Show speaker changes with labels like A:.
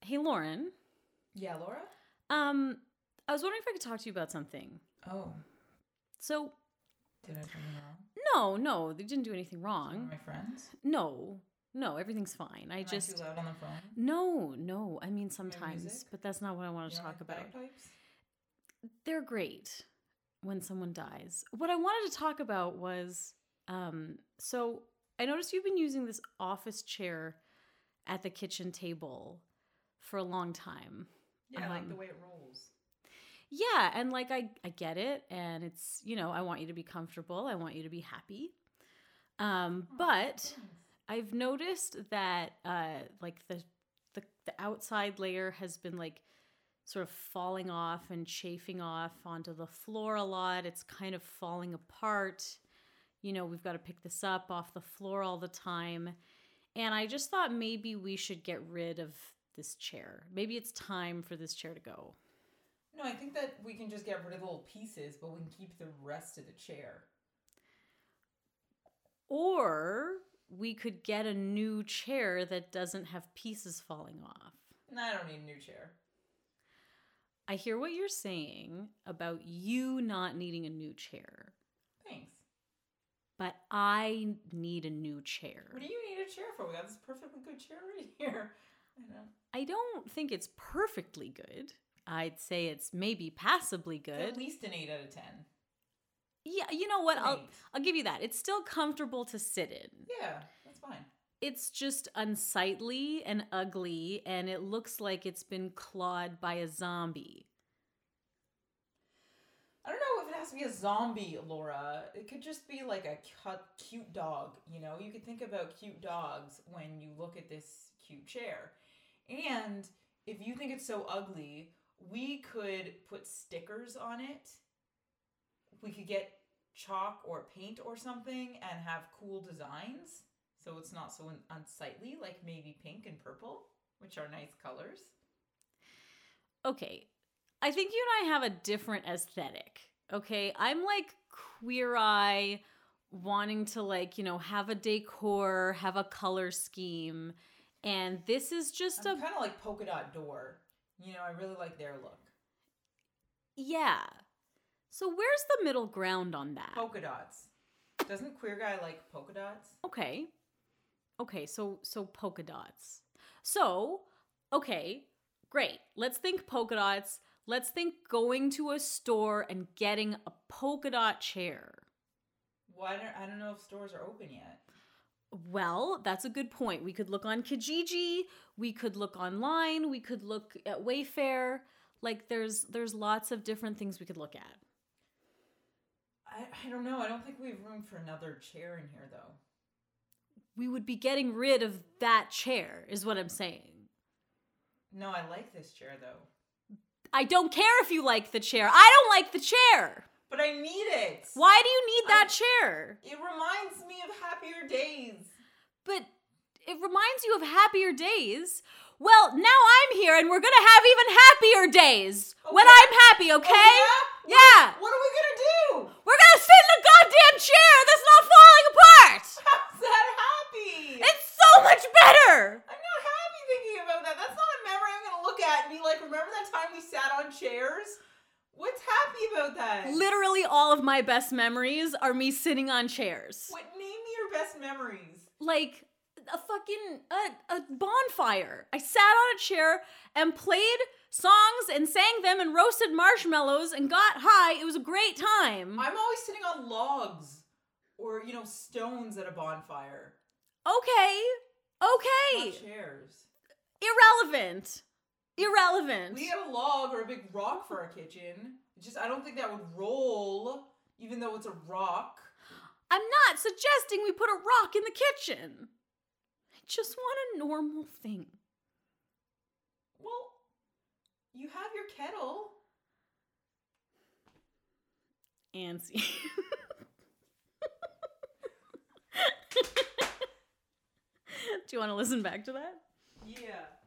A: Hey, Lauren.
B: Yeah, Laura?
A: Um, I was wondering if I could talk to you about something.
B: Oh,
A: So,
B: did I do something wrong?
A: no, no, they didn't do anything
B: One of
A: wrong.
B: my friends?
A: No, no, everything's fine. I
B: Am
A: just.
B: too loud on the phone?
A: No, no. I mean, sometimes,
B: music?
A: but that's not what I want
B: You
A: to
B: don't
A: talk
B: like
A: about.
B: bagpipes?
A: They're great when someone dies. What I wanted to talk about was um, so I noticed you've been using this office chair at the kitchen table for a long time.
B: Yeah, I like the
A: Um,
B: way it rolls.
A: Yeah, and like I I get it and it's, you know, I want you to be comfortable, I want you to be happy.
B: Oh,
A: Um, but I've noticed that uh like the the the outside layer has been like sort of falling off and chafing off onto the floor a lot. It's kind of falling apart. You know, we've got to pick this up off the floor all the time. And I just thought maybe we should get rid of this chair. Maybe it's time for this chair to go.
B: No, I think that we can just get rid of the little pieces, but we can keep the rest of the chair.
A: Or we could get a new chair that doesn't have pieces falling off.
B: And I don't need a new chair.
A: I hear what you're saying about you not needing a new chair,
B: Thanks.
A: but I need a new chair.
B: What do you need a chair for? We got this perfectly good chair right here. I know.
A: I don't think it's perfectly good. I'd say it's maybe passably
B: At
A: good.
B: least an 8 out of 10.
A: Yeah, you know what? I'll
B: Great.
A: I'll give you that. It's still comfortable to sit in.
B: Yeah, that's fine.
A: It's just unsightly and ugly and it looks like it's been clawed by a zombie.
B: I don't know if it has to be a zombie, Laura. It could just be like a cut, cute dog. You know, you could think about cute dogs when you look at this cute chair. And if you think it's so ugly, we could put stickers on it. We could get chalk or paint or something and have cool designs so it's not so un- unsightly, like maybe pink and purple, which are nice colors.
A: okay, I think you and I have a different aesthetic. Okay, I'm like queer eye, wanting to like you know have a decor, have a color scheme, and this is just
B: I'm
A: a
B: kind of like polka dot door. You know, I really like their look.
A: yeah. So where's the middle ground on that?
B: polka dots. Doesn't queer guy like polka dots?
A: Okay, okay. So so polka dots. So okay, great. Let's think polka dots. Let's think going to a store and getting a polka dot chair.
B: Why don't I don't know if stores are open yet.
A: Well, that's a good point. We could look on Kijiji, we could look online, we could look at Wayfair. Like there's there's lots of different things we could look at.
B: I, I don't know. I don't think we have room for another chair in here though.
A: We would be getting rid of that chair is what I'm saying.
B: No, I like this chair though.
A: I don't care if you like the chair. I don't like the chair.
B: But I need it.
A: Why do you need that chair?
B: It reminds me of happier days.
A: But it reminds you of happier days. Well, now I'm here and we're going to have even happier days when
B: Okay.
A: I'm happy, okay?
B: Oh, yeah?
A: Yeah.
B: What are we gonna do?
A: We're gonna sit in a goddamn chair that's not falling apart!
B: How's that happy?
A: It's so much better!
B: I'm not happy thinking about that. That's not a memory I'm gonna look at and be like, remember that time we sat on chairs? What's happy about that?
A: Literally all of my best memories are me sitting on chairs.
B: What name me your best memories?
A: Like a fucking a, a bonfire. I sat on a chair and played songs and sang them and roasted marshmallows and got high. It was a great time.
B: I'm always sitting on logs or you know stones at a bonfire.
A: Okay.
B: Not
A: Okay.
B: chairs.
A: Irrelevant. Irrelevant.
B: We had a log or a big rock for our kitchen. It's Just I don't think that would roll, even though it's a rock.
A: I'm not suggesting we put a rock in the kitchen. I just want a normal thing.
B: Well, you have your kettle.
A: Antsy. Do you want to listen back to that?
B: Yeah.